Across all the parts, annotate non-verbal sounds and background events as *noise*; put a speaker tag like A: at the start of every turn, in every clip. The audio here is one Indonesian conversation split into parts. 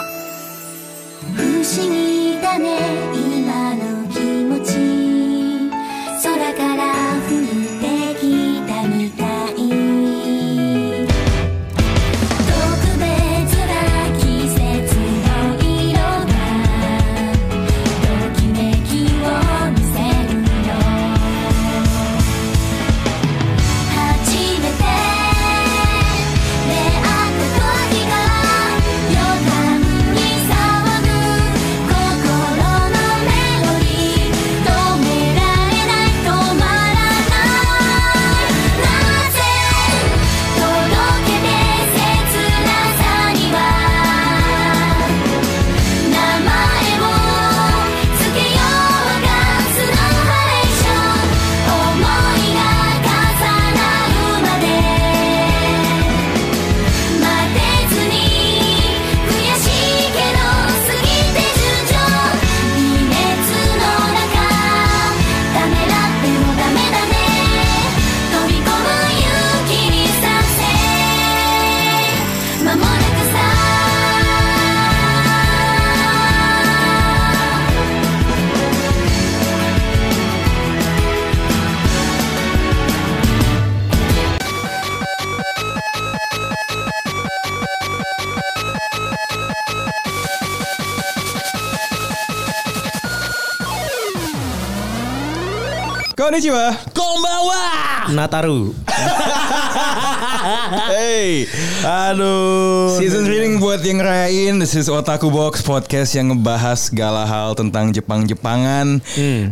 A: 「不思議だね今の気持ち」「空から降ってきたみたい」「特別な季節の色がときめきを見せるよ」初めて出会った時が予感に騒ぐ心のメロディー止められない止まらないなぜ届けて切なさには名前を付けようがスノーハレーション思いが重なるまで待てずに悔しいけど過ぎて順調微熱の中ダメだってもダメだね飛び込む勇気にさせ間もなくさ
B: Konnichiwa
C: Kombawa. *laughs*
D: Nataru.
C: Hey, aduh.
B: Season reading buat yang ngerayain This is Otaku Box Podcast yang ngebahas segala hal tentang Jepang-Jepangan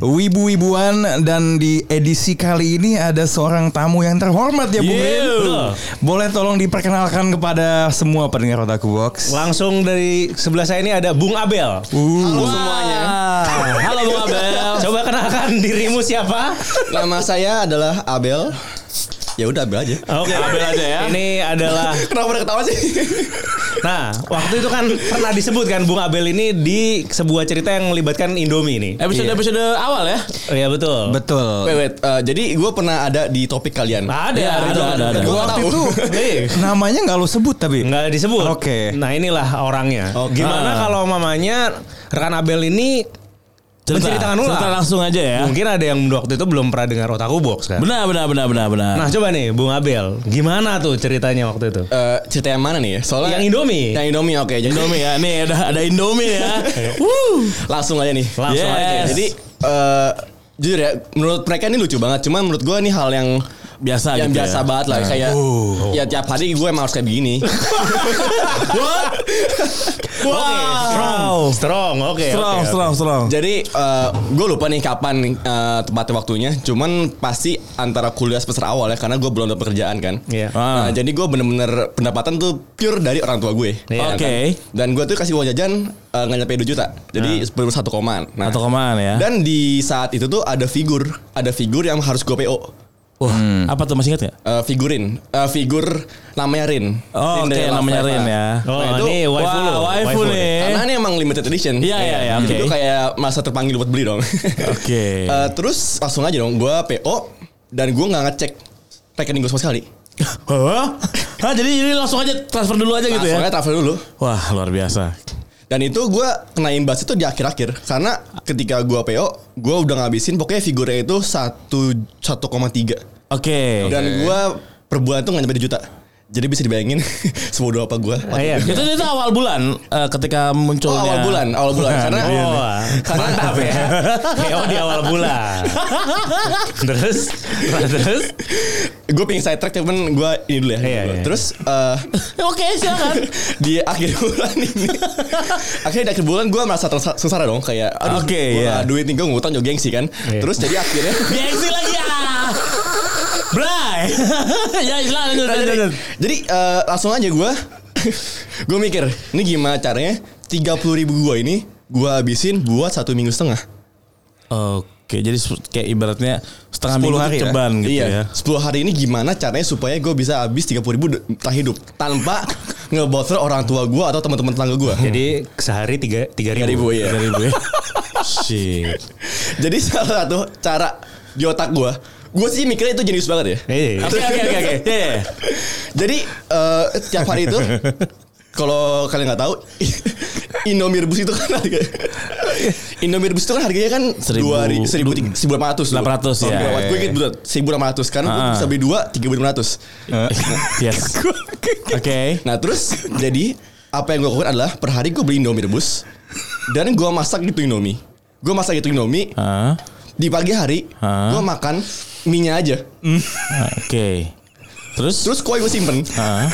B: Wibu-wibuan Dan di edisi kali ini ada seorang tamu yang terhormat ya Bung Rin
C: Yeah.
D: Betul.
B: Boleh tolong diperkenalkan kepada semua pendengar Otaku Box Uh,
D: Langsung dari sebelah saya ini ada Bung Abel.
C: Halo semuanya. Nah, Halo Bung Abel.
D: Coba kenalkan dirimu siapa?
E: Nama saya adalah Abel. Ya udah Abel aja.
D: Oke,
C: Abel aja ya.
D: Ini adalah
E: Kenapa udah ketawa sih?
D: Nah, waktu itu kan pernah disebut kan Bung Abel ini di sebuah cerita yang melibatkan Indomie ini.
C: Episode episode awal ya.
D: Oh, Iya betul.
B: Betul
E: wait, wait. Iya. Eh, jadi gue pernah ada di topik kalian. Iya,
D: Ada,
C: Ya,
D: ada,
C: ada,
D: ada,
C: ada.
E: Gua
B: Waktu
E: tahu.
B: itu
E: *laughs*
D: Nih,
B: namanya nggak lo sebut tapi
D: Nggak disebut.
B: Oke.
D: Nah inilah orangnya.
E: Oke.
C: Nah.
D: Gimana kalau mamanya rekan Abel ini menceritakan ulang?
C: Cerita langsung aja ya.
D: Mungkin ada yang waktu itu belum pernah dengar Otaku Box kan?
C: Benar benar benar benar benar.
D: Nah coba nih Bung Abel, gimana tuh ceritanya waktu itu?
E: Eh, cerita yang mana nih? ya? Soalnya
D: Yang Indomie.
E: Yang Indomie oke. Jadi
C: Indomie ya. Nih ada ada Indomie ya. Wuh.
E: langsung aja nih.
D: Langsung
C: Yes.
D: aja.
E: Jadi eh, jujur ya, menurut mereka ini lucu banget. Cuman menurut gue ini hal yang
C: Biasa
E: yang
C: gitu
E: biasa
C: ya.
E: banget lah
D: Nah.
E: kayak
D: Uh.
E: ya tiap hari gue emang harus kayak
D: *laughs*
E: begini
D: Oke, strong, strong, oke, oke,
C: Strong
D: oke.
C: strong strong.
E: jadi gue lupa nih kapan eh, tepatnya waktunya cuman pasti antara kuliah semester awal ya karena gue belum ada pekerjaan kan
D: Iya.
E: Nah,
C: Ah.
E: jadi gue bener-bener pendapatan tuh pure dari orang tua gue.
C: Iya.
E: Ya kan?
C: Oke.
E: Dan gue tuh kasih uang jajan eh, nggak nyampe 2 juta. Jadi sebelum satu koman. Nah,
C: Atau kemana Ah. ya?
E: Dan di saat itu tuh ada figur, ada figur yang harus gue PO.
C: Wah, apa tuh masih ingat gak?
E: Eh, figurin, Eh, figur namanya Rin. Rin
C: Oh, oke
E: dari Love
C: namanya
E: Live,
C: Rin
E: nah.
C: ya.
D: Oh,
E: Nah, itu-
D: ini waifu
C: Wah,
D: lo,
C: waifu nih.
E: Karena ini emang limited edition.
C: Iya, iya, iya,
E: Jadi
C: oke.
E: Gue kayak masa terpanggil buat beli dong.
C: Oke.
E: *laughs* Eh, terus langsung aja dong, gue PO dan gue nggak ngecek rekening gue sama sekali.
C: Hah? Hah, jadi ini langsung aja transfer dulu aja gitu ya.
E: Soalnya travel dulu.
C: Wah, luar biasa.
E: Dan itu gue kena imbas itu di akhir-akhir karena ketika gue PO, gue udah ngabisin pokoknya figurnya itu satu 1,3
C: Oke.
E: dan gue per bulan tuh nggak nyampe 2 juta. Jadi bisa dibayangin *laughs* sebodoh apa gue.
D: Ah, iya.
C: Itu itu awal bulan eh, ketika
E: Oh,
C: munculnya.
E: awal bulan, awal
D: *laughs*
E: bulan karena
D: Oh,
E: *laughs* karena
D: mantap
E: *laughs*
D: ya. KO di awal *laughs* bulan. terus, nah, terus,
E: gue pengen side track cuman gue ini dulu ya.
D: Iya, iya.
E: Terus eh, *laughs*
C: Oke, silakan.
E: di akhir bulan ini, *laughs* akhirnya di akhir bulan gue merasa tersa- sengsara dong kayak, aduh, gua
C: Oke, iya.
E: nggak ada duit nih gue ngutang juga gengsi kan.
D: Iya.
E: Terus jadi
D: *laughs*
E: akhirnya
C: Gengsi lagi ya. Bray. *laughs* ya, silakan lanjut,
E: Nah,
C: lanjut,
E: jadi,
C: lanjut.
E: jadi, eh, langsung aja *laughs* gue Gue mikir Ini gimana caranya 30 ribu gue ini Gue habisin buat satu minggu setengah
C: Oke, jadi se- kayak ibaratnya setengah
B: 10
C: minggu
B: hari
C: hari
B: ya?
C: ceban
D: Kan,
C: gitu ya.
D: *laughs*
E: Iya 10 hari ini gimana caranya Supaya gue bisa habis 30 ribu tak hidup Tanpa ngebotol orang tua gue atau teman-teman tetangga gue.
D: Jadi sehari tiga tiga ribu.
E: 3.000, iya.
D: Tiga
E: *laughs*
D: ribu ya. Shit.
E: Jadi salah satu cara di otak gue, gue sih mikirnya itu jenius banget ya.
D: Eh, Oke oke oke oke.
C: *laughs*
D: Ya, ya.
E: *laughs* Jadi eh, tiap hari itu kalau kalian nggak tahu *laughs* Indomie rebus itu kan harga Indomie rebus itu kan harganya kan
D: Seribu-
E: dua ri- seribu tiga- seribu enam ratus
D: 800, ya.
E: gue inget berat seribu enam ratus kan gue
D: Ah.
E: bisa beli dua tiga ribu
D: *laughs*
E: enam ratus
D: Yes. Oke.
E: nah terus jadi apa yang gue lakukan adalah per hari gue beli Indomie rebus dan gue masak gitu Indomie gue masak gitu Indomie
D: Ah,
E: di pagi hari
D: Ah.
E: gue makan minyak aja
D: Oke. Terus?
E: terus kue gue simpen
D: Ah.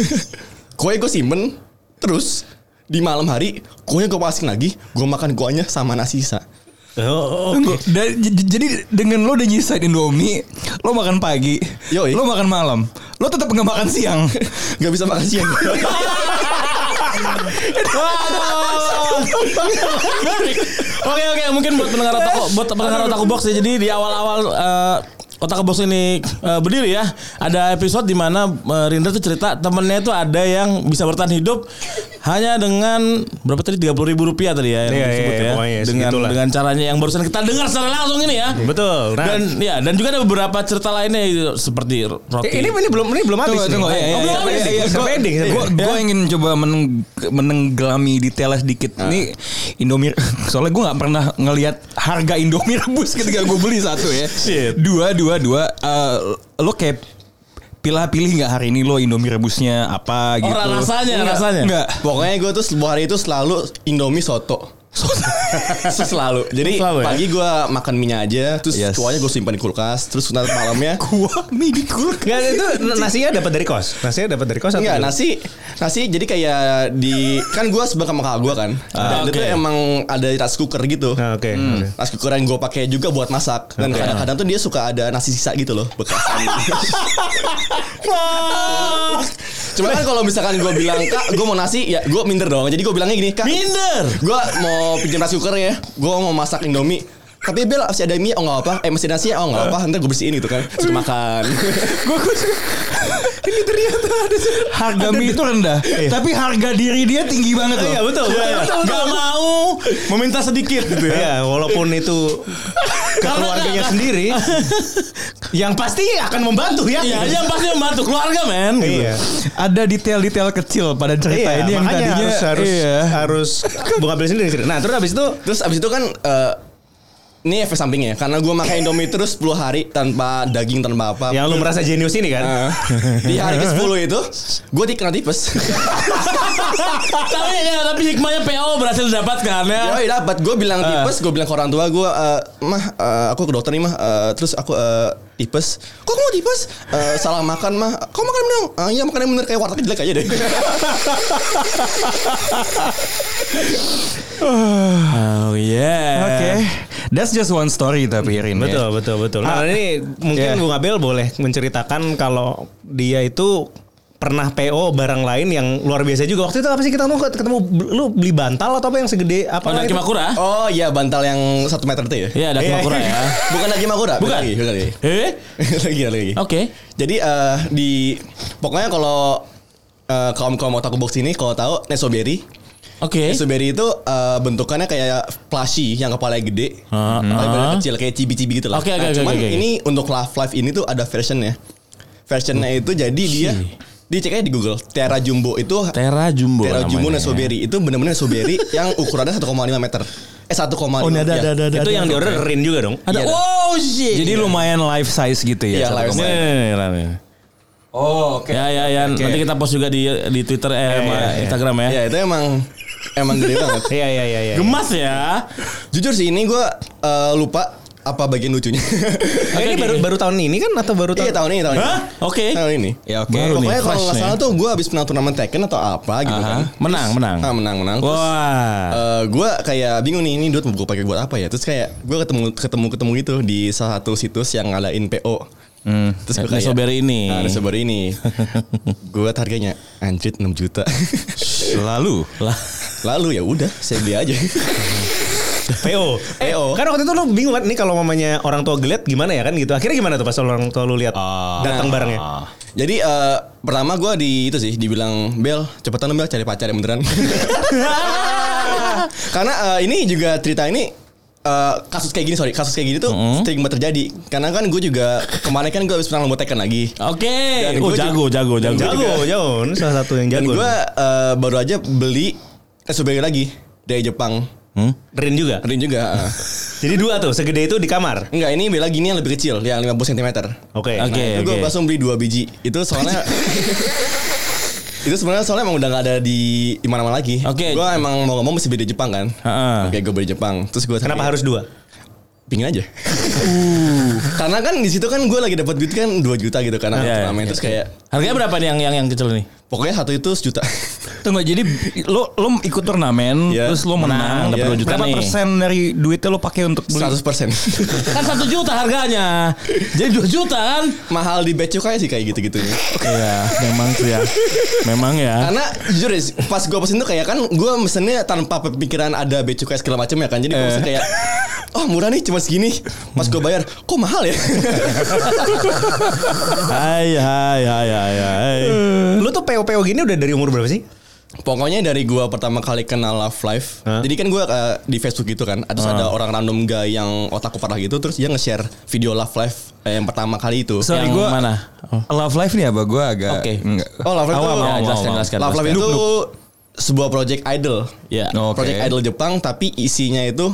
E: *laughs* kue gue simpen terus di malam hari kuenya gue pasin lagi gue makan kuenya sama nasi sisa
D: Oh, oke.
B: Tunggu, da- j- j- jadi dengan lo udah nyisain Indomie, lo makan pagi,
E: Yoi.
B: lo makan malam, lo tetap nggak makan siang.
E: Gak bisa makan siang
C: Oke oke mungkin buat pendengar otaku buat pendengar otaku box ya jadi di awal-awal eh, otaku box ini eh, berdiri ya ada episode di mana eh, Rindra tuh cerita temennya tuh ada yang bisa bertahan hidup hanya dengan berapa tadi tiga puluh ribu rupiah tadi ya yang
D: Iya,
C: disebut
D: iya,
C: ya
D: pokoknya
C: dengan
D: segitulah.
C: dengan caranya yang barusan kita dengar secara langsung ini ya
D: Betul. Nah,
C: dan ya dan juga ada beberapa cerita lainnya gitu, seperti roti
D: ini ini belum ini belum *laughs* habis.
B: Tunggu,
D: nih.
B: tunggu, ya, ya,
D: Oh,
B: ya,
D: belum habis
B: ya,
D: nih.
B: ya,
D: Sampai
B: gua-
D: ending.
B: gua- gua
D: Ya.
B: ingin coba meneng- menenggelami detailnya sedikit.
D: Ah.
B: Ini Indomie, *laughs* soalnya gue nggak pernah ngelihat harga Indomie *laughs* rebus ketika gue beli satu ya.
D: Shit.
B: Dua, dua, dua. Eh, lo kayak pilih-pilih nggak hari ini lo Indomie rebusnya
D: Oh,
B: apa gitu?
C: Orang rasanya, rasanya.
B: Enggak.
E: pokoknya gue tuh sebuah hari itu selalu indomie soto *laughs* selalu jadi
D: Selalu ya?
E: pagi gue makan minyak aja terus
B: Yes.
E: kuahnya gue simpan di kulkas terus nanti malamnya
B: Gua mie di kulkas.
D: Enggak itu nasinya dapat dari kos. Nasinya dapat dari kos atau
E: Enggak,
D: dari-
E: nasi nasi jadi kayak di kan gue sebelum sama kakak gue kan dan
C: oke.
E: itu emang ada rice cooker gitu
D: Nah, oke. oke.
E: Nasi cooker yang gue pakai juga buat masak dan
D: Oke.
E: kadang-kadang tuh dia suka ada nasi sisa gitu loh bekas. Cuma kan kalau misalkan gue bilang kak gue mau nasi ya gue minder dong. Jadi gue bilangnya gini kak
C: minder
E: gue mau pinjam nasi cooker ya. Gue mau masak indomie. Tapi Bel masih ada mie, oh nggak apa, eh masih ada nasi, oh nggak apa, ntar gue bersihin gitu kan, Terus makan.
B: Harga mie itu rendah, tapi harga diri dia tinggi banget
D: Iya,
B: loh.
D: betul. betul,
C: nggak
D: betul.
C: mau meminta sedikit gitu ya
D: Iya, walaupun itu ke keluarganya sendiri yang pasti akan membantu ya.
C: Iya, yang pasti membantu keluarga men. Gitu.
D: Iya.
B: Ada detail-detail kecil pada cerita
D: Iya,
B: ini yang
D: makanya
B: tadinya
D: harus harus
B: iya.
D: harus bukan beli sendiri. sendiri. Nah, terus habis itu
E: Terus abis itu kan eh, ini efek sampingnya, karena gue makan indomie terus 10 hari tanpa daging tanpa apa.
D: yang lu merasa jenius ini kan.
E: Eh, di hari ke 10 itu, gue kena tipes.
C: tapi ya, tapi hikmahnya PO berhasil didapatkan ya.
E: Yoi dapat. Gue bilang
C: Ah.
E: tipes, gue bilang ke orang tua gue, "Eh, mah eh, aku ke dokter nih mah, Eh, terus aku eh, tipes. Kok kamu tipes? Eh, salah makan mah. Kau makan yang bener? Ah, iya makan yang bener kayak warteg jelek aja
C: *laughs*
E: deh.
C: Oh yeah.
B: Oke, that's just one story tapi Rin.
D: Betul,
B: Ya.
D: betul, betul. Nah, ini
B: Iya.
D: mungkin Bung Abel boleh menceritakan kalau dia itu pernah PO barang lain yang luar biasa juga. Waktu itu apa sih kita mau ketemu lu beli bantal atau apa yang segede apa?
C: Oh,
D: lah
C: dari
D: itu?
C: Kimakura?
E: oh iya bantal yang satu meter itu ya.
C: Iya, dari
D: Iya.
C: Kimakura ya.
E: *laughs* Bukan lagi makura.
C: Bukan.
E: Lagi, bukan lagi.
C: Eh?
E: *laughs* lagi, lagi.
C: Oke.
E: Jadi eh, di pokoknya kalau eh, kaum kaum otaku box ini kalau tahu nesoberry
C: Oke.
E: Nesoberry itu eh, bentukannya kayak plushy yang kepalanya gede, kepala kecil kayak cibi-cibi gitu lah.
C: Oke, oke, oke,
E: cuman
C: oke, oke.
E: ini untuk Love Life ini tuh ada versionnya. Versionnya itu jadi dia diceknya di Google. Terra Jumbo itu
C: Tera Jumbo.
E: Terra
C: namanya.
E: Jumbo Nesoberry itu benar-benar Nesoberry yang ukurannya 1,5 meter. Eh 1,5.
B: Oh, ini ada,
E: ya.
B: ada, ada, ada. Oh.
D: Itu yang di order Rin juga dong.
C: Ada.
E: Iya, ada.
C: Wow, shit.
B: Jadi lumayan life size gitu ya.
E: Iya,
B: satu
E: life
B: koma-
E: size.
B: Oh, oke.
C: Ya ya ya, nanti kita post juga di di Twitter eh, sama
D: iya, iya.
C: Instagram ya.
E: Ya itu emang emang gede banget.
D: Iya, iya, iya, iya.
C: Gemas ya.
E: Jujur sih ini gue lupa apa bagian lucunya.
D: Eh, ini
C: Oke,
D: baru
C: oke.
D: baru tahun ini kan atau baru
E: Iya
D: tahun?
E: tahun ini tahun ini.
C: Hah? Oke.
E: Tahun ini.
B: Ya oke.
E: Baru Pokoknya kalau nggak
B: Fresh
E: salah
B: nih.
E: tuh gue abis menang turnamen Tekken atau apa gitu
B: Aha.
E: kan.
C: Menang, menang.
E: Ah menang menang. Terus
C: Wah.
E: gue kayak bingung nih ini duit gue pakai buat apa ya. Terus kayak gue ketemu ketemu ketemu gitu di salah satu situs yang ngadain PO.
B: Hmm.
E: Terus
C: Eh, Nesoberry ini.
E: Nah, Nesoberry ini. gue liat harganya anjir 6 juta.
B: Lalu
C: Lah.
E: Lalu ya udah saya beli aja.
D: PO.
E: PO.
D: Kan waktu itu lu bingung Ah. kan nih kalau mamanya orang tua geliat gimana ya kan gitu. Akhirnya gimana tuh pas orang tua lu lihat datang barangnya?
E: Jadi eh, pertama gue di itu sih dibilang Bel cepetan dong, Bel cari pacar yang beneran. *laughs* Karena eh, ini juga cerita ini eh, kasus kayak gini sorry kasus kayak gini tuh
C: Mm-hmm.
E: sering banget terjadi. Karena kan gue juga kemarin kan gue habis perang lomba Tekken lagi.
C: Oke.
E: Dan gua
C: Oh, jago,
E: juga-
C: jago, jago,
E: Jago.
D: Jago, jago. Ini salah satu yang
E: Dan
D: jago.
E: gue eh, baru aja beli SBG lagi dari Jepang.
D: Rin juga.
E: Rin juga.
C: *laughs*
E: eh.
D: Jadi dua tuh, segede itu di kamar.
E: Enggak, ini bela gini yang lebih kecil, yang 50 cm.
D: Oke.
C: Oke.
E: Itu gue langsung beli dua biji. Itu
C: *laughs*
E: soalnya itu sebenarnya soalnya emang udah gak ada di di mana-mana lagi.
C: Oke.
E: Gue emang mau ngomong mesti beli di Jepang kan.
C: Heeh.
E: Oke, gue beli di Jepang. Terus gue
D: Kenapa harus dua?
E: pingin aja? *laughs* Karena kan di situ kan gue lagi dapat duit kan 2 juta gitu karena
C: Uh. Iya,
E: turnamen.
C: iya.
E: Terus kayak
C: Harganya berapa nih yang yang yang kecil nih?
E: pokoknya satu itu
C: *laughs*
E: sejuta.
B: Tunggu jadi lo lo ikut turnamen
E: Iya.
B: terus lo menang
C: Menang,
B: dapet
E: iya.
B: 2 juta
C: Berapa
B: nih.
C: persen
B: dari duitnya lo pakai untuk
E: 100
C: *laughs*
E: persen.
C: Kan satu juta harganya. Jadi dua juta kan?
E: Mahal di becu kayak sih kayak gitu-gitunya.
C: Iya, memang sih ya. Memang ya.
E: Karena jujur ya, pas gue pesen tuh kayak kan gue mesennya tanpa pikiran ada becukai segala macam ya kan. Jadi gue
C: Eh.
E: pesen kayak Oh murah nih cuma segini Pas gue bayar Kok mahal ya
C: *laughs* Hai hai hai hai hai.
D: Lu tuh PO-PO gini udah dari umur berapa sih?
E: Pokoknya dari gue pertama kali kenal Love Life
D: Hah?
E: Jadi kan gue eh, di Facebook gitu kan Terus ada orang random guy yang otak parah gitu Terus dia nge-share video Love Life eh, Yang pertama kali itu
B: Sorry
C: Yang
B: gue
C: mana? Oh.
B: Love Life nih apa gue agak
C: Oke.
B: enggak.
E: Oh Love Life
C: Awam,
E: tuh
C: awam,
E: Ya,
C: awam,
E: jelaskan,
C: awam.
E: jelaskan, Love Life
C: jelaskan.
E: itu sebuah project idol
C: Ya.
B: Oke.
E: Project idol Jepang Tapi isinya itu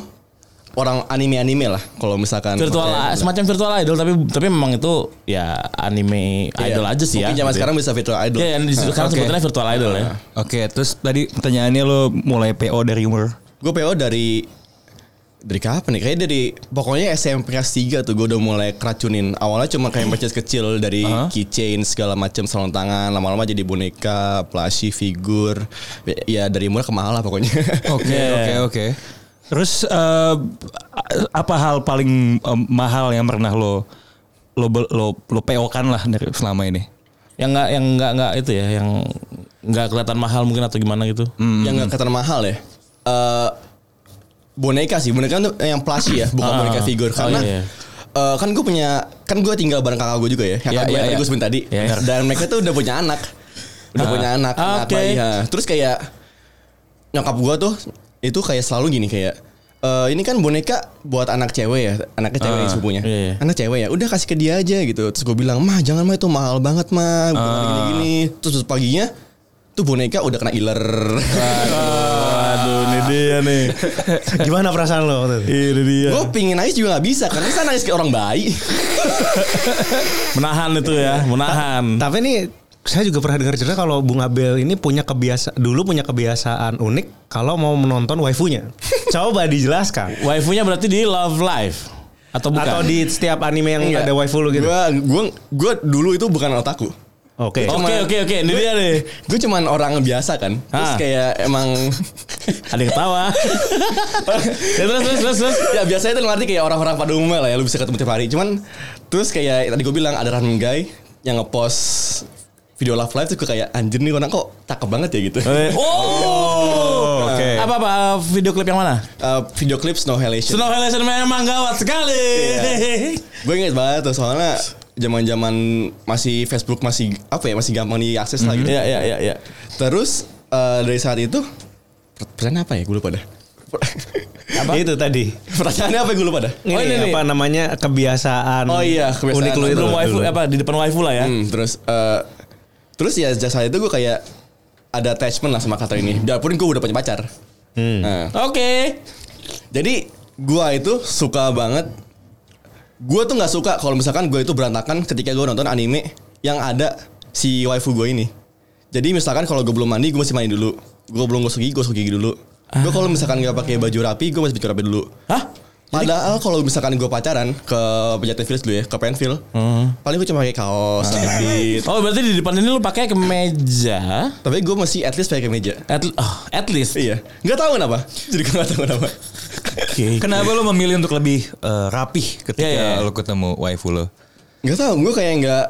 E: Orang anime-anime lah Kalau misalkan
C: Virtual
E: Kayak-
C: semacam virtual idol tapi tapi memang itu ya anime idol aja sih
E: Iya. Mungkin zaman
C: ya. gitu ya.
E: sekarang bisa virtual idol.
C: Iya, yang di situ sekarang
B: Oke.
C: sebetulnya virtual idol ya.
B: Oke terus tadi pertanyaannya lo mulai PO dari umur
E: Gue PO dari dari kapan nih? Kayaknya dari pokoknya SMP kelas 3 tuh gue udah mulai keracunin. Awalnya cuma kayak purchase
C: *laughs*
E: kecil dari keychain segala macam sarung tangan, lama-lama jadi boneka, plushie, figur. Ya dari murah ke mahal lah pokoknya. *laughs*
B: Oke
E: Iya.
B: oke oke. Terus eh, apa hal paling eh, mahal yang pernah lo lo bel- lo lo PO kan lah dari selama ini?
C: Yang enggak yang enggak enggak itu ya, yang enggak kelihatan mahal mungkin atau gimana gitu.
E: Yang gak ketan mahal ya. Eh, boneka sih, boneka tuh yang plushie ya, bukan
C: Ah.
E: boneka figur
C: Oh,
E: karena
C: iya, iya.
E: eh, kan gue punya kan gue tinggal bareng kakak gue juga ya kakak
C: Iya,
E: gue
C: iya,
E: yang tadi
C: iya.
E: gue sebut tadi
C: Iya, iya.
E: dan mereka tuh udah punya anak udah
C: Ah.
E: punya anak
C: Ah,
E: kenapa
C: oke.
E: iya terus kayak nyokap gue tuh itu kayak selalu gini kayak "Eh, ini kan boneka buat anak cewek ya anaknya cewek
C: Ah,
E: yang sepupunya
C: iya, iya.
E: anak cewek ya udah kasih ke dia aja gitu terus gue bilang mah jangan mah itu mahal banget mah bukan
C: Ah.
E: gini gini terus paginya tuh boneka udah kena iler
C: Ah, Aduh, ini dia nih.
D: *laughs* Gimana perasaan lo waktu itu?
C: Ini dia.
E: Gue pingin nangis juga gak bisa Karena saya nangis kayak orang baik
C: Menahan itu ya, menahan.
D: Tapi ini saya juga pernah dengar cerita kalau Bung Abel ini punya kebiasaan dulu punya kebiasaan unik kalau mau menonton
C: *laughs*
D: waifunya. Coba dijelaskan.
C: Waifunya berarti di Love Live atau bukan? Iya.
D: Atau di setiap anime yang ada waifu lu gitu.
E: Gue gua, gua dulu itu bukan otaku
D: Oke.
C: Oke oke oke, ini dia nih.
E: Gue cuman orang biasa kan Terus
C: Ah.
E: kayak *laughs* emang
C: Ada yang ketawa. ya, *laughs* terus terus terus terus.
E: *laughs* Ya biasanya itu dalam arti kayak orang-orang pada umumnya lah ya Lu bisa ketemu tiap hari Cuman Terus kayak tadi gue bilang ada random guy Yang ngepost video love live Terus gue kayak anjir nih orang kok cakep banget ya gitu
C: Oh.
D: oke.
C: Apa apa Oh! video klip yang mana?
E: Eh, Video klip Snowhalation
C: Snow Halation memang gawat sekali. Iya.
E: Gue inget banget tuh soalnya Zaman-zaman masih Facebook masih apa ya masih gampang diakses lah
D: Mhm.
E: gitu.
C: Iya iya iya iya.
E: Terus eh, dari saat itu per- pertanyaan apa ya gue lupa dah. *laughs*
D: Itu tadi.
E: Pertanyaannya apa gue lupa dah.
C: Oh,
D: Ini, apa namanya kebiasaan
E: Oh iya, kebiasaan
D: Hmm. unik lu itu
C: Belum waifu
D: dulu.
C: apa di depan waifu lah ya.
E: Hmm, terus eh, terus ya sejak saat itu gue kayak ada attachment lah sama kata ini. Biarpun gue udah punya pacar.
D: Hmm.
E: Nah,
C: Oke.
E: jadi gue itu suka banget. Gue tuh nggak suka kalau misalkan gue itu berantakan ketika gue nonton anime yang ada si waifu gue ini. Jadi misalkan kalau gue belum mandi gue masih mandi dulu. Gue belum gosok gigi gosok gigi dulu. Gue kalau misalkan gak pakai baju rapi gue masih baju rapi dulu.
C: Hah?
E: Padahal kalau misalkan gue pacaran ke pejaten Village dulu ya, ke Penfield, paling gue cuma pakai kaos, jepit.
C: Oh berarti di depan ini lu pakai kemeja.
E: Tapi gue masih at least pakai kemeja.
C: At, oh, at least.
E: Iya, nggak tahu kenapa. Jadi gue nggak tahu kenapa.
C: Oke.
B: Kenapa lo memilih untuk lebih eh, rapih ketika
C: Iya, iya.
B: lo ketemu waifu lo?
E: Nggak tahu, gue kayak nggak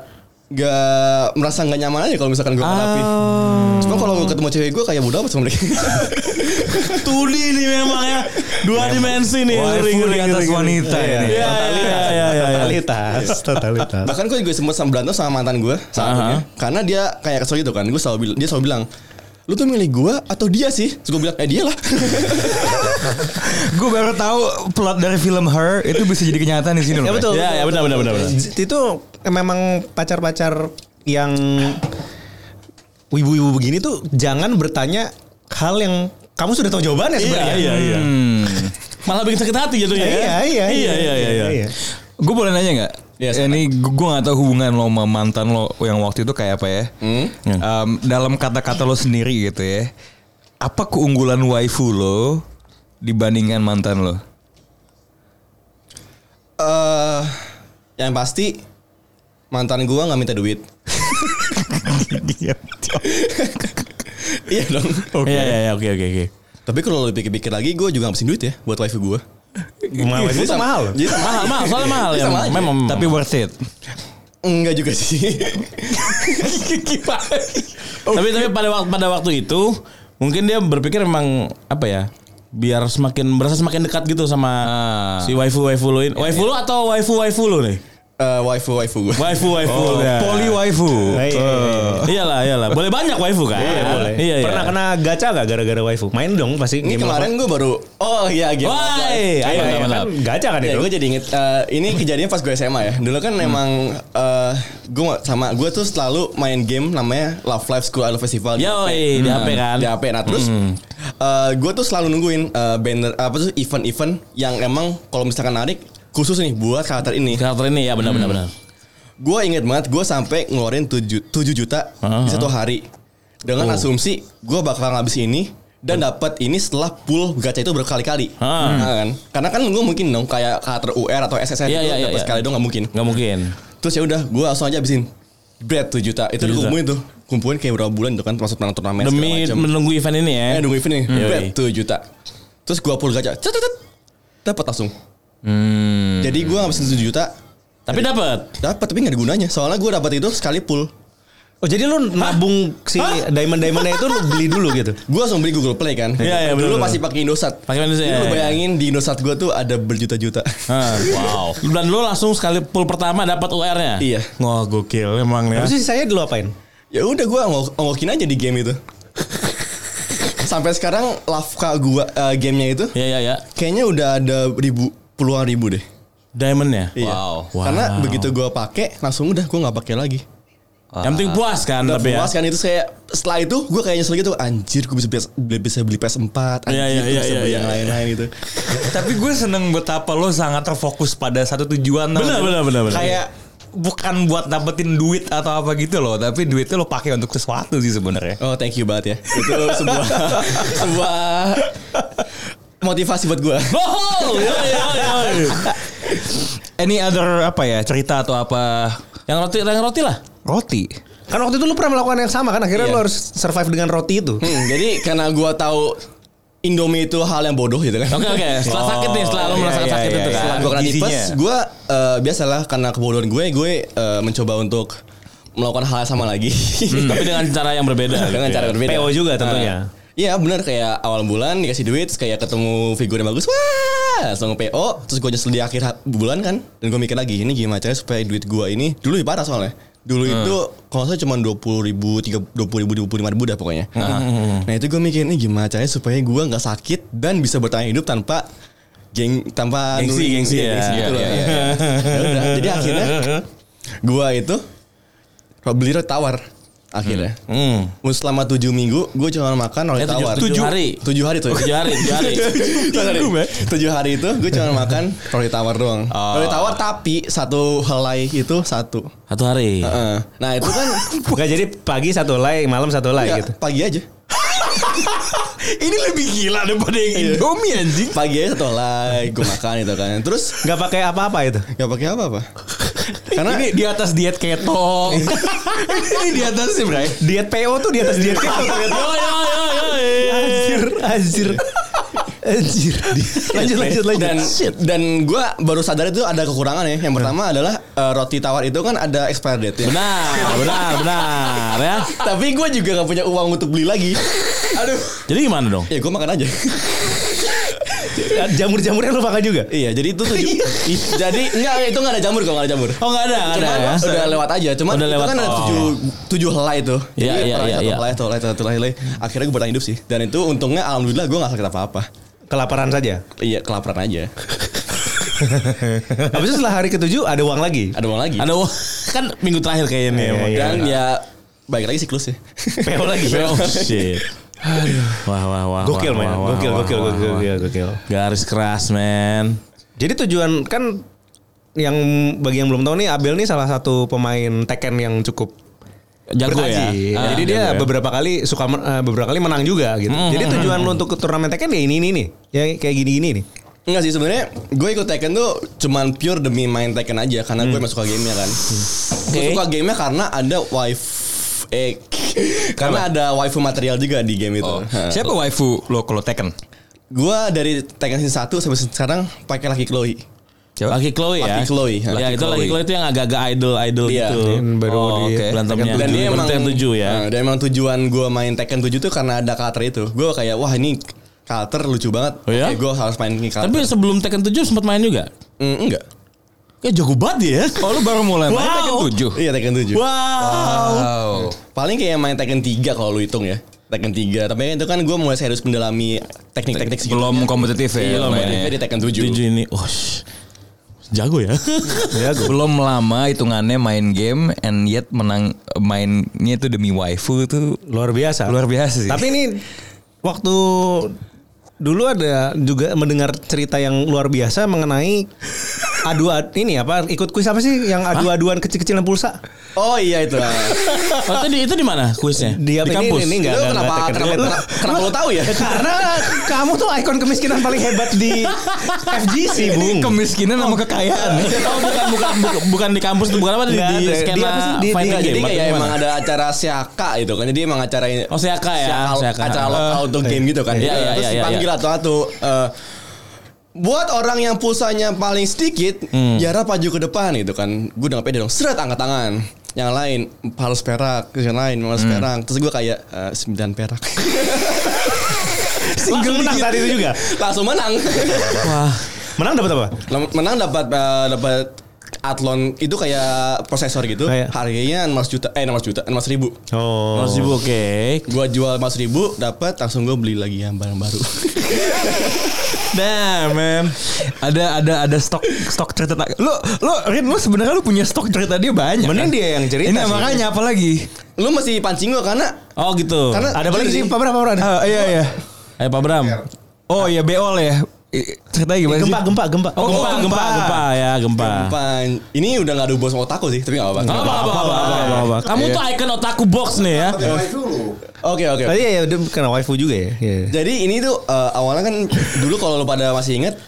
E: gak merasa gak nyaman aja kalau misalkan gue rapi.
C: Oh.
E: Cuma kalau gue ketemu cewek gue kayak bodoh amat
C: *laughs*
E: sama mereka.
C: Studi nih memang ya. Dua dimensi nih. Ngeri,
B: Waifu
C: ngeri,
B: di atas
C: ngeri, ngeri.
B: wanita ini.
C: Iya, iya, iya, iya, iya.
D: Totalitas, Ya, *laughs* totalitas.
E: Bahkan gue juga sempat sama berantem sama mantan gue
C: Aha.
E: saat Karena dia kayak kesel gitu kan. Gue selalu bil- dia selalu bilang, lu tuh milih gue atau dia sih? Terus gue bilang, eh dia
C: *laughs*
E: lah.
B: Gue baru tahu plot dari film Her itu bisa jadi kenyataan di sini loh.
D: Ya betul.
C: Iya, iya, benar, benar, benar, benar.
D: Itu memang pacar-pacar yang wibu-wibu begini tuh jangan bertanya hal yang kamu sudah tahu jawabannya sebenarnya. Hmm.
C: iya, iya. Malah bikin sakit hati jadinya. ya.
D: Iya, iya,
C: iya, iya, iya, iya.
B: Gue boleh nanya nggak?
E: Iya,
B: Ya, ini gue gak tahu hubungan lo sama mantan lo yang waktu itu kayak apa ya. Em, dalam kata-kata lo sendiri gitu ya. Apa keunggulan waifu lo dibandingkan mantan lo?
E: Eh, yang pasti mantan gue nggak minta duit. *laughs* iya dong.
C: Iya, iya, iya, oke, oke, oke.
E: Tapi kalau lo pikir-pikir lagi, gue juga ngabisin duit ya buat wife gue.
D: Mahal, Iya, itu mahal.
E: Jadi sama
C: Mahal,
E: aja.
C: mahal, soalnya mahal
E: Jadi
C: ya.
B: Ah,
E: sama aja.
B: iya.
C: Memang.
B: Tapi worth it.
E: Enggak juga *laughs* sih.
C: tapi tapi pada waktu pada waktu itu mungkin dia berpikir memang apa ya biar semakin berasa semakin dekat gitu sama
B: Ah.
C: si waifu waifu lo ini waifu lo atau waifu waifu lo nih
E: Eh waifu waifu gue.
C: waifu waifu
D: Oh,
C: ya. Eh.
B: Poli waifu.
D: Iya, iya, iya.
C: iyalah iyalah boleh banyak waifu kan
D: Iya, boleh.
C: iya, iya.
D: Pernah kena gacha gak gara-gara waifu? Main dong pasti
E: Ini
D: game
E: kemarin gue baru. Oh iya gitu.
C: Wai, ayo
D: Iya,
C: mantap,
D: kan
C: mantap.
D: gacha kan
E: Ya,
D: itu.
E: gue jadi inget eh, ini kejadiannya pas gue SMA ya. Dulu kan emang eh gue sama gue tuh selalu main game namanya Love Live School Idol Festival. di HP.
C: Yoi, di HP kan.
E: Di HP. Nah terus eh, gue tuh selalu nungguin eh, banner apa tuh event-event yang emang kalau misalkan narik khusus nih buat karakter ini. Hmm.
C: karakter ini ya benar benar benar
E: Gue inget banget gue sampai ngeluarin 7, 7 juta di satu hari dengan
C: Oh.
E: asumsi gue bakal ngabis ini dan dapat ini setelah pool gacha itu berkali-kali.
C: Ah.
E: Nah, kan? Karena kan gue mungkin dong kayak karakter UR atau SSN itu
C: Iya, iya, iya,
E: dapat
C: iya.
E: gitu, sekali dong nggak mungkin.
C: nggak mungkin
E: Terus ya udah gue langsung aja habisin. Bread 7 juta itu
C: 7 juta.
E: dikumpulin tuh. Kumpulin kayak berapa bulan tuh kan termasuk menang turnamen segala
C: demi
E: macam.
C: menunggu event ini ya
E: Eh nunggu event nih.
C: Yoi.
E: Bet 7 juta. Terus gue pool gacha. Cet, cet, cet. Dapat langsung.
C: Hmm.
E: Jadi gue ngabisin 7 juta.
C: tapi dapat
E: Dapat tapi nggak ada gunanya. Soalnya gue dapat itu sekali pool.
D: Oh jadi lu nabung si diamond-diamondnya itu lu beli dulu gitu.
E: Gue langsung beli Google Play kan.
C: Iya, iya,
E: Dulu
C: bener-bener.
E: masih pakai Indosat.
C: Pakai
E: Jadi
C: Indosat, iya,
E: lu
C: iya.
E: bayangin di Indosat gue tuh ada berjuta-juta.
C: Ah, wow dan lo langsung sekali pull pertama dapat UR nya
E: Iya.
C: wah gokil emang ya
D: Terus sisanya dulu apain?
E: ya udah gue ngok ngokin aja di game itu. Sampai sekarang lafka gue gamenya itu
C: ya ya ya
E: kayaknya udah ada ribu puluhan ribu deh.
C: diamondnya
E: Iya. Karena begitu gue pakai langsung udah gue nggak pakai lagi.
C: yang penting puas kan
E: Udah
C: tapi ya
E: puas kan itu saya setelah itu gue kayak nyesel gitu anjir gue bisa beli, bisa beli PS4 anjir
C: Iya,
E: gua
C: iya, iya,
E: bisa
C: iya,
E: beli
C: iya,
E: yang
C: iya.
E: lain-lain gitu.
B: Tapi gue seneng betapa lo sangat terfokus pada satu tujuan. tau
C: Benar,
B: gak?
C: benar, benar, benar.
B: Kayak bukan buat dapetin duit atau apa gitu loh, tapi duitnya lo pakai untuk sesuatu sih sebenarnya.
E: Oh thank you banget ya *laughs* itu sebuah sebuah motivasi buat gue.
C: Oh, iya, iya, iya.
B: *laughs* Any other apa ya cerita atau apa
C: Yang roti, yang roti lah.
B: roti?
D: Kan waktu itu lu pernah melakukan yang sama kan akhirnya lu harus survive dengan roti itu.
E: Hmm, jadi karena gue tahu Indomie itu hal yang bodoh gitu kan.
C: Oke oke. Setelah sakit nih, setelah lo
B: iya,
C: merasakan
B: iya,
C: sakit
B: iya, iya.
C: itu kan.
E: Setelah gue kena
B: Gizinya.
E: tipes, gue eh, biasalah karena kebodohan gue, gue eh, mencoba untuk melakukan hal yang sama lagi. *laughs*
C: Tapi dengan cara yang berbeda.
E: dengan
C: gitu
E: cara
C: ya.
E: berbeda.
D: PO Oh, juga tentunya.
E: Nah, Iya benar kayak awal bulan dikasih duit terus kayak ketemu figur yang bagus wah langsung PO terus gue nyesel di akhir ha- bulan kan dan gue mikir lagi ini gimana caranya supaya duit gue ini dulu lebih parah soalnya dulu itu
C: Hmm.
E: kalau nggak salah cuma dua puluh ribu tiga puluh ribu dua ribu dah pokoknya
C: Hmm.
E: nah itu gue mikir ini gimana caranya supaya gue nggak sakit dan bisa bertahan hidup tanpa geng tanpa
C: Gengsi,
E: nuri-
C: gengsi,
E: iya,
C: ya.
E: gitu
C: Iya,
E: loh. Ya udah, jadi
C: *laughs*
E: akhirnya gue itu beli roti tawar akhirnya
C: Hmm.
E: Gua selama 7 minggu gue cuma makan roti
C: Eh, tujuh-
E: tawar.
C: tujuh hari.
E: 7 hari tuh. ya?
C: Tujuh hari, tujuh hari.
E: *laughs* Tujuh hari. Tujuh hari itu gue cuma makan roti tawar doang. Roti tawar tapi satu helai itu satu.
C: Satu hari.
E: Heeh. Nah, itu kan
D: Enggak jadi pagi satu lay, malam satu lay
E: ya,
D: gitu.
E: pagi aja.
B: Ini lebih gila daripada yang
E: Iya.
B: Indomie anjing.
E: Pagi aja satu helai gue makan itu kan. Terus
D: Enggak pakai apa-apa itu.
E: gak pakai *laughs* apa-apa. Karena
B: ini di atas diet keto. ini di atas sih, Bray.
D: Diet PO tuh di atas diet keto.
C: Yo yo yo yo.
D: Anjir, anjir. Anjir. lanjut lanjut lanjut.
E: Dan dan gue baru sadar itu ada kekurangan ya. Yang pertama adalah eh, roti tawar itu kan ada expired date ya.
C: Benar, benar, benar ya.
E: Ah, Tapi gue juga gak punya uang untuk beli lagi. Aduh.
C: Jadi gimana dong?
E: Ya gue makan aja. *laughs*
D: jamur-jamurnya lu makan juga.
E: iya, jadi itu tuh. jadi enggak itu enggak ada jamur kalau enggak ada jamur.
C: Oh nggak ada, nggak
E: Cuman
C: ada ya.
E: udah lewat aja. Cuman
C: Udah
E: itu
C: lewat,
E: kan ada
C: oh.
E: tujuh, tujuh helai tuh.
C: Iya,
E: Jadi
C: iya,
E: helai
C: iya,
E: satu
C: iya.
E: helai, satu helai, satu helai. Akhirnya gue bertahan hidup sih. Dan itu untungnya alhamdulillah gue gak sakit apa-apa.
D: Kelaparan saja. *laughs*
E: Iya, kelaparan
C: *laughs*
E: aja.
D: Habis itu setelah hari ketujuh ada uang lagi.
E: Ada uang lagi.
C: Ada wah, kan minggu terakhir kayaknya nih.
D: Iya,
C: emang.
D: iya.
E: Dan ya baik lagi siklus ya.
D: PO lagi.
E: *laughs*
C: Oh shit. Wah wah wah.
D: Gokil
C: wah,
D: men,
C: wah, wah,
D: gokil
C: wah,
D: gokil
C: wah,
D: gokil
C: wah.
D: gokil gokil.
C: Garis keras men.
D: Jadi tujuan kan yang bagi yang belum tahu nih Abel nih salah satu pemain Tekken yang cukup
C: Jago ya.
D: bertaji.
C: Ah,
D: Jadi dia
C: jago ya.
D: beberapa kali suka men- eh, beberapa kali menang juga gitu.
C: Mm,
D: Jadi
C: mm,
D: tujuan lu untuk ke turnamen Tekken ya ini ini nih. Ya kayak gini-gini nih.
E: Enggak sih sebenarnya gue ikut Tekken tuh cuman pure demi main Tekken aja karena
C: Hmm.
E: gue masuk ke gamenya kan. Gue
D: Oke.
E: suka gamenya karena ada wife eh *laughs* karena ada waifu material juga di game
C: Oh.
E: itu. Heeh.
B: Oh, Siapa waifu lo kalau Tekken?
E: Gue dari Tekken season 1 sampai sekarang pakai laki Chloe.
B: Siapa?
C: Laki Chloe ya.
E: Laki Chloe, ha.
C: Ya
E: Laki
C: itu laki
B: Chloe.
C: Chloe itu yang agak-agak idol idol
E: Iya.
C: gitu.
D: Dan baru
C: oh,
D: di-
C: oke. berantemnya.
B: Tekken
E: Dan dia
C: Baru
E: emang
C: yang tujuh ya.
E: Eh, dan emang tujuan gue main Tekken 7 tuh karena ada karakter itu. Gue kayak wah ini karakter lucu banget.
C: Oh ya?
E: Oke, gue harus main ini karakter.
C: Tapi sebelum Tekken 7 sempat main juga.
E: Mm, enggak.
C: Ya jago banget dia ya.
B: Oh lu baru mulai main
C: Wow.
B: Tekken 7?
E: Iya Tekken 7.
C: Wow.
B: Wow.
E: Gitu. Paling kayak main Tekken 3 kalau lu hitung ya. Tekken 3. Tapi kan itu kan gue mulai serius mendalami teknik-teknik gitu. segitu.
B: Belum kompetitif ya
E: Iya,
C: Iya,
E: Belum,
B: mainnya.
E: mainnya di Tekken 7.
C: 7 ini. Oh. sh- Jago ya.
B: Belum lama hitungannya main game and yet menang mainnya itu demi waifu tuh
D: Luar biasa.
B: luar biasa sih.
D: Tapi ini waktu dulu ada juga mendengar cerita yang luar biasa mengenai adu ini apa ikut kuis apa sih yang adu-aduan kecil-kecilan pulsa
E: Oh iya itu. *laughs*
C: Oh, itu di itu di mana kuisnya?
D: di, apa ini-
C: kampus.
D: ini, ini enggak,
E: Lu
D: enggak,
E: kenapa
D: enggak
E: kenapa,
D: Tekken.
E: kenapa, kenapa lu tahu ya?
D: Ya, karena kamu tuh ikon kemiskinan paling hebat *laughs* di FGC
B: ini
D: bung
B: kemiskinan sama kekayaan. ya.
C: Oh, bukan, bukan bukan bukan di kampus itu bukan apa di,
D: Nggak
C: di
D: ada. Di
C: skena
D: apa sih? Di- di-
C: *laughs* fighting
E: Enggak, jadi
C: game.
E: kayak
C: atau
E: emang
C: gimana?
E: ada acara siaka itu kan. Jadi emang acara ini-
C: Oh, siaka ya,
E: siaka-
C: siaka.
E: Acara lokal untuk game gitu kan.
C: Iya, iya,
E: Terus
C: iya, iya,
E: dipanggil
C: iya.
E: atau atau buat orang yang pulsanya paling sedikit, Yara maju ke depan gitu kan. Gue udah nggak pede dong. Seret angkat tangan. Yang lain harus perak, terus yang lain harus perak. Terus gue kayak eh, sembilan perak. *laughs*
D: single menang
B: gitu.
D: saat itu juga
E: Langsung menang.
C: Wah.
D: menang dapat apa
E: menang dapat eh, dapat Athlon itu kayak prosesor gitu.
D: Kayak-
E: Harganya 16 juta, eh 16 juta, 16 ribu.
D: oh
C: Harus dibuka, oke.
E: Gua jual 16 ribu, dapat langsung gue beli lagi yang barang baru.
C: Nah, man.
B: ada ada ada stok stok cerita. tak- Lu lu Rin lu sebenarnya lu punya stok cerita dia banyak.
D: Mending
B: kan?
D: dia yang cerita
B: Ini
D: sih. Eh,
B: makanya apa lagi?
E: Lu masih pancing gue karena
C: Oh, gitu.
E: Karena-
D: ada apa lagi sih
E: Jadi-
D: Pak Bram, Pak Bram?
B: Ah, iya iya.
C: Eh, Pak Bram.
B: Oh iya beol ya. I- Ceritanya gimana sih?
D: gempa gempa gempa
C: Oh, gempa, gempa, gempa ya, gempa.
D: Nah.
E: pan ini udah gak ada hubungan sama otaku sih, tapi gak
C: Gak
E: apa-apa.
C: apa-apa, gak apa-apa, gak apa-apa. Kamu tuh icon otaku box nih ya.
E: Oke oke.
D: tadi ya ya, dia kena waifu juga ya Iya.
E: Jadi ini tuh eh, awalnya kan dulu kalau lu pada masih inget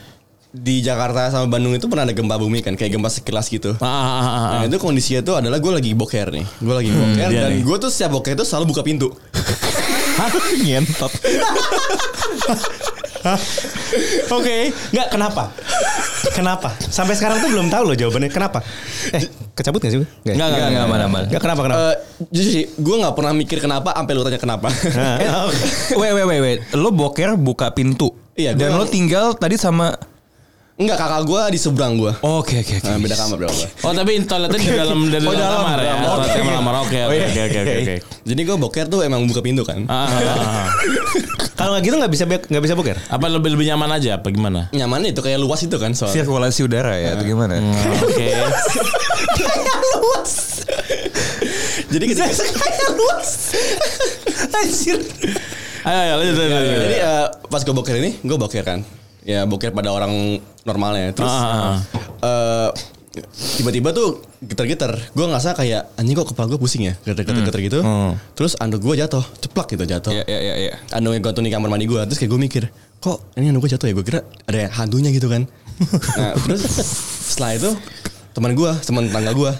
E: di Jakarta sama Bandung itu pernah ada gempa bumi kan, kayak gempa sekilas gitu.
C: Ah, ah, ah, ah, ah.
E: Nah itu kondisinya tuh adalah gue lagi boker nih, gue lagi
D: Hmm,
E: boker
D: iya
E: dan
C: dia nih.
E: gue tuh setiap boker itu selalu buka
D: *laughs*
E: pintu.
C: Hah? Ngentot.
D: Oke, nggak kenapa? Kenapa? Sampai sekarang tuh belum tahu loh jawabannya. Kenapa? Eh, kecabut nggak sih? Nggak,
B: Enggak enggak enggak aman-aman.
D: Nggak, kenapa kenapa?
E: Eh, jujur sih, gue nggak pernah mikir kenapa, sampai lu tanya kenapa.
B: eh,
D: Nah, oke.
B: Wait wait wait wait. Lo boker buka pintu.
E: Iya,
B: Dan lo
E: gua-
B: tinggal tadi sama
E: Enggak kakak gue di seberang gue.
B: Oke oke oke.
E: Nah, beda kamar
D: *laughs*
E: bro. gua.
C: Oh, tapi toiletnya di dalam dari
B: Oh,
C: dalam
B: dalam,
C: kamar ya.
B: dalam.
C: Toilet
B: Oke.
C: dalam kamar. Oke, oke, oke, oke, oke, oke.
E: Jadi gue boker tuh emang buka pintu kan.
C: Ah, ah, ah, ah.
D: Kalau nggak gitu nggak bisa be- nggak bisa boker.
C: Apa lebih lebih nyaman aja apa gimana?
E: Nyamannya itu kayak luas itu kan soalnya.
B: Sirkulasi udara ya atau gimana?
C: Oke.
E: Jadi ketika *laughs* kayak luas. Anjir.
C: Ayo, ayo, lanjut, lanjut, lanjut.
E: Jadi eh, pas gue boker ini, gue boker kan. Ya boker pada orang normalnya. Terus
C: Ah, ah, ah.
E: eh, tiba-tiba tuh geter-geter. Gue ngerasa kayak anjing kok kepala gue pusing ya, geter-geter gitu. Terus anduk gue jatuh, ceplak gitu jatuh.
B: Iya iya iya iya.
E: Andung yang gantung di kamar mandi gue Terus kayak gue mikir Kok ini andung gue jatuh ya Gue kira ada hantunya gitu kan Nah terus Setelah itu teman gue teman tangga gue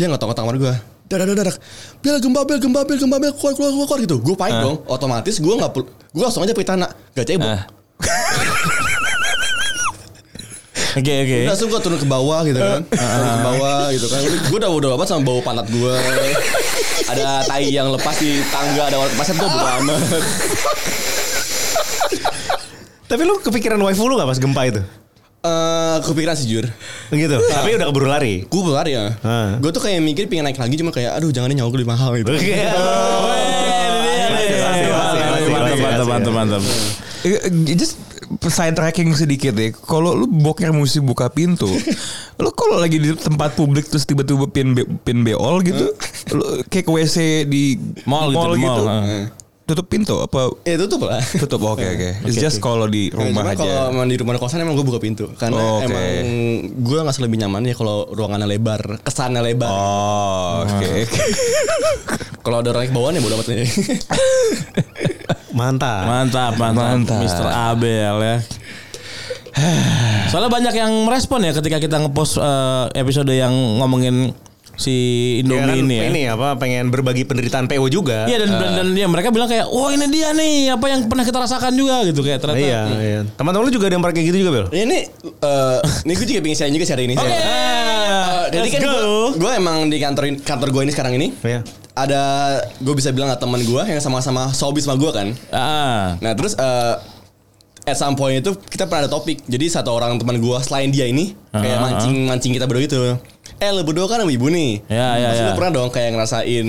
E: Dia ngotok-ngotok kamar gue Dadak dadak dadak Bel gempa bel gempa bel gempa bel Keluar keluar keluar, keluar gitu Gue panik dong Otomatis gue gak perlu Gue langsung aja pakai tanah Gak cebok
B: Ah.
C: Oke oke.
D: Eh?
E: Udah langsung gue turun ke bawah gitu kan Turun ke bawah gitu kan Gue udah bodo amat sama bau pantat gue Ada tai yang lepas di tangga Ada orang kemasan gue bodo amat
D: Tapi lu kepikiran waifu lu gak pas gempa itu?
E: Eh, Kepikiran sih Jur
D: Gitu.
C: Iya.
D: Tapi udah keburu
C: *laughs* Oh,
D: lari.
E: Gue belar ya
D: Ah.
E: Gue tuh kayak mikir pengen naik lagi Cuma kayak aduh jangan deh, nyawa gue lebih mahal gitu
C: iya,
D: Oke.
C: Mantap mantap mantap mantap.
B: *laughs* Eh, Just side tracking sedikit ya. Kalau lu boker mesti buka
C: *laughs*
B: pintu. lu kalau lagi di tempat publik terus tiba-tiba pin be- pin beol gitu. lu kayak ke WC di
C: Hmm. Mall gitu, di mall, heeh.
B: Tutup pintu apa
E: Ya tutup lah
B: tutup oke oke. It's just kalau di
E: Nah,
B: rumah
E: cuma
B: aja.
E: kalau emang di rumah kosan emang gue buka pintu karena
B: Oh, oke.
E: emang gue nggak lebih nyaman ya kalau ruangannya lebar, kesannya lebar. Nah.
B: Oh, oke. oke.
E: *laughs* Kalau ada orang yang bawaan ya bodo amat nih.
D: Mantap.
C: Mantap mantap.
B: Mantap.
C: Mr. Abel ya. Soalnya banyak yang merespon ya ketika kita ngepost eh, episode yang ngomongin si
D: Dia
C: Indomie
D: kan
C: ini ya.
D: ini apa pengen berbagi penderitaan PO juga.
C: Iya dan, dan dan ya mereka bilang kayak wah ini dia nih apa yang pernah kita rasakan juga gitu kayak ternyata.
D: Iya, iya. Teman-teman lu juga ada yang pakai gitu juga, Bel?
E: Ya,
C: Iya.
E: ini eh ini gue juga pengen sharing juga sih hari ini.
C: Oke.
E: Eh, jadi
C: Ya. Let's
E: kan
C: go.
E: gue emang di kantor in- kantor gue ini sekarang ini
D: Iya.
E: ada gue bisa bilang lah teman gue yang sama-sama sobis sama gue kan.
C: Ah.
E: Nah terus eh at some point itu kita pernah ada topik. Jadi satu orang teman gue selain dia ini kayak
C: Ah,
E: mancing mancing kita berdua gitu. Eh lu berdua kan sama ibu nih.
C: Ya, ya,
E: Terus
C: ya.
E: lu pernah dong kayak ngerasain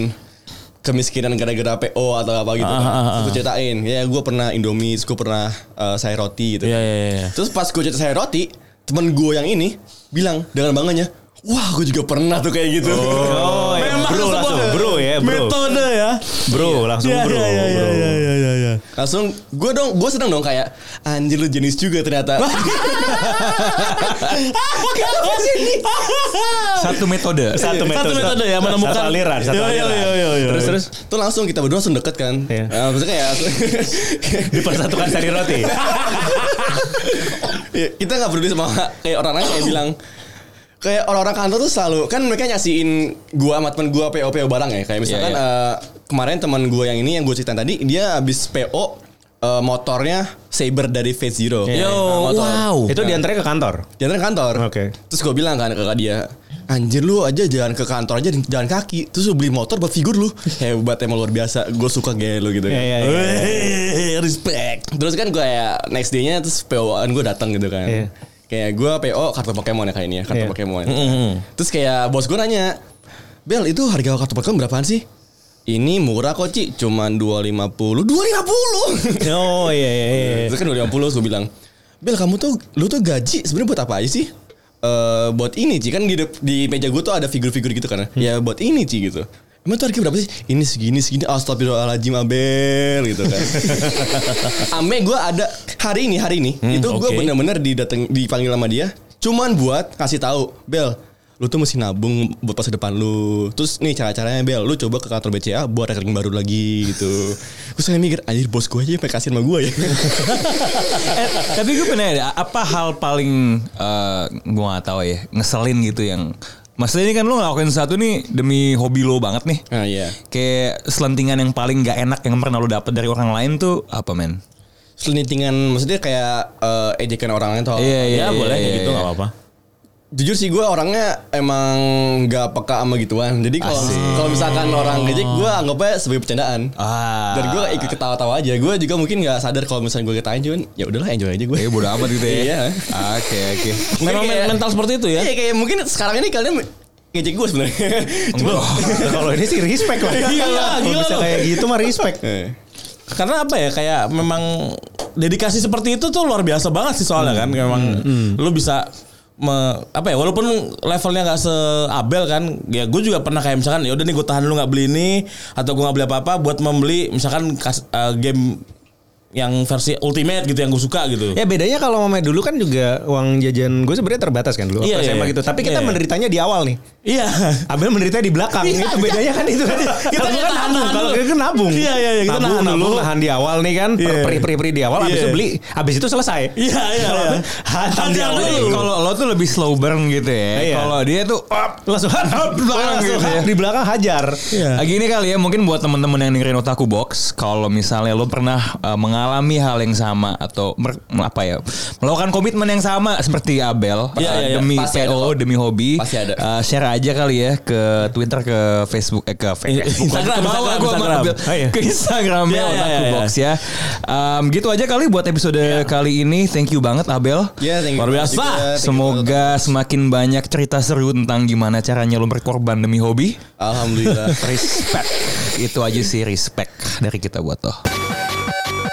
E: kemiskinan gara-gara PO atau apa gitu.
C: Ah,
E: kan?
C: ah, ah,
E: Terus gue ceritain, ya gue pernah Indomie, terus gue pernah eh, saya roti gitu.
C: Iya iya iya.
E: Terus pas gue cerita saya roti, temen gue yang ini bilang dengan bangganya, wah gue juga pernah tuh kayak gitu.
D: Oh, iya.
C: Memang
D: bro
C: sebuah
D: langsung, bro ya, bro.
C: Metode ya.
D: Bro, langsung
C: Iya,
D: bro.
C: iya, iya,
D: bro.
C: iya, iya, iya, iya.
E: Langsung gue dong, gue seneng dong kayak anjir lu jenis juga
D: *laughs*
E: ternyata.
B: Satu metode. *laughs*
D: Satu metode.
C: Satu metode ya menemukan
D: Satu aliran, satu
C: Yo, yo,
D: aliran.
C: yo, yo, yo.
D: Terus terus
E: Tuh langsung kita berdua langsung deket kan.
D: Iya.
E: Eh, maksudnya kayak
D: *laughs* dipersatukan sari roti.
E: *laughs* Iya, kita nggak peduli sama kayak orang lain kayak bilang kayak orang-orang kantor tuh selalu kan mereka nyasihin gua sama temen gua PO PO barang ya kayak misalkan
B: Iya,
E: eh, kemarin teman gua yang ini yang gua ceritain tadi dia habis PO eh, motornya Saber dari Fate Zero.
D: Iya.
C: Yo,
E: Nah, motor.
C: wow.
D: Itu diantarnya ke kantor.
E: Diantarin ke kantor.
D: Oke.
E: Terus gue bilang kan ke kakak dia, anjir lu aja jalan ke kantor aja jalan kaki. Terus lu beli motor buat figur lu. *laughs* Hebat emang luar biasa. Gue suka gaya lu gitu. kan.
D: Iya, iya, iya.
E: Wey, respect. Terus kan gue ya next day-nya terus PO-an gue datang gitu kan.
D: Iya.
E: Kayak gue PO kartu Pokemon ya kayak ini ya, kartu
D: Iya.
E: Pokemon. Terus kayak bos gue nanya, Bel itu harga kartu Pokemon berapaan sih? Ini murah kok Ci, cuman 250 *laughs* 250
D: Oh iya iya iya.
E: Terus kan 250 gue bilang Bel kamu tuh Lu tuh gaji sebenarnya buat apa aja sih Eh buat ini Ci Kan di, dep- di meja gue tuh ada figur-figur gitu kan Ya buat ini Ci gitu Emang tuh harga berapa sih? Ini segini segini Astagfirullahaladzim Abel gitu kan Ame gue ada Hari ini hari ini Itu gue
C: oke.
E: bener-bener didateng, dipanggil sama dia Cuman buat kasih tahu Bel lu tuh mesti nabung buat masa depan lu terus nih cara-caranya Bel lu coba ke kantor BCA buat rekening baru lagi gitu terus saya mikir anjir bos gue aja yang pengen kasih sama gue ya
B: Eh, tapi gue pernah ada apa hal paling eh, gue gak tahu ya ngeselin gitu yang maksudnya ini kan lu ngelakuin satu nih demi hobi lo banget nih
E: Ah iya.
B: kayak selentingan yang paling gak enak yang pernah lu dapet dari orang lain tuh apa men
E: Selenitingan maksudnya kayak eh, ejekan orang lain atau
C: Ya boleh kayak
B: Oh, iya.
C: gitu nggak apa-apa.
E: jujur sih gue orangnya emang nggak peka sama gituan. Jadi kalau kalau misalkan orang ngejek gue anggapnya sebagai bercandaan.
B: Oh. ah
E: Dan gue ikut ketawa-tawa aja. Gue juga mungkin nggak sadar kalau misalnya gue ketawain cuman ya udahlah enjoy aja gue.
B: Eh bodo amat gitu ya.
E: Iya.
B: Oke oke.
C: Memang
E: Kayak-
C: men- mental seperti itu ya.
E: Iya kayak mungkin sekarang ini kalian ngejek gue sebenarnya. Cuma
D: Nah, kalau ini sih respect lah.
C: Iya,
D: Kalau
C: gila
D: bisa
C: lu.
D: kayak gitu mah respect.
E: Eh.
C: Karena apa ya kayak memang dedikasi seperti itu tuh luar biasa banget sih soalnya kan memang lu bisa me- apa ya walaupun levelnya nggak seabel kan ya gue juga pernah kayak misalkan ya udah nih gue tahan lu nggak beli ini atau gue nggak beli apa apa buat membeli misalkan kas- eh, game yang versi ultimate gitu yang gue suka gitu
D: Ya bedanya kalau mama dulu kan juga uang jajan gue sebenarnya terbatas kan dulu
C: Iya,
D: waktu
C: iya,
D: SMA
C: iya.
D: gitu. Tapi kita
C: Iya.
D: menderitanya di awal nih.
C: iya
D: Abel menderita di belakang.
C: Iya,
D: itu bedanya kan itu.
C: Kita
D: Kalau
C: kayak
D: kan
C: tahan
D: nabung,
C: dulu.
D: kalau kita nabung.
C: Iya, iya, iya, kita
D: nabung,
C: nahan
D: nabung,
C: dulu.
D: nahan di awal nih kan.
C: Iya.
D: Peri peri peri di awal habis
C: Iya.
D: itu beli, habis itu selesai.
C: iya iya
D: Hantam di awal.
C: Hantam dulu.
B: Kalau lo tuh lebih slow burn gitu ya.
D: Iya.
B: Kalau dia tuh up *laughs*
D: Langsung hantam di belakang
B: Langsung
D: gitu
C: *laughs*
D: ya.
B: hantam
D: Di belakang hajar.
C: Iya.
B: Lagi ini kali ya mungkin buat teman-teman yang dengerin Otaku Box, kalau misalnya lo pernah eh, mengalami mengalami hal yang sama atau mer- apa ya melakukan komitmen yang sama seperti Abel
E: Iya,
B: eh,
E: iya, iya.
B: demi
E: Pasti ada
B: PO
E: kok.
B: demi hobi
E: Pasti ada.
B: Eh, share aja kali ya ke Twitter ke Facebook eh,
E: Iya,
B: ke Facebook lagi.
C: Instagram,
B: Kebawa
C: Instagram,
B: gua sama
C: Instagram.
B: Abel.
C: Oh, iya.
B: ke Instagramnya
C: Iya, iya,
B: Otaku
C: iya, iya.
B: Box ya Em, gitu aja kali buat episode kali ini thank you banget Abel
E: Ya, Iya. thank you
C: Luar biasa.
E: juga. Thank you banget.
B: Semoga semakin banyak cerita seru tentang gimana caranya lo berkorban demi hobi.
E: Alhamdulillah.
B: Respect. Itu aja sih respect dari kita buat lo.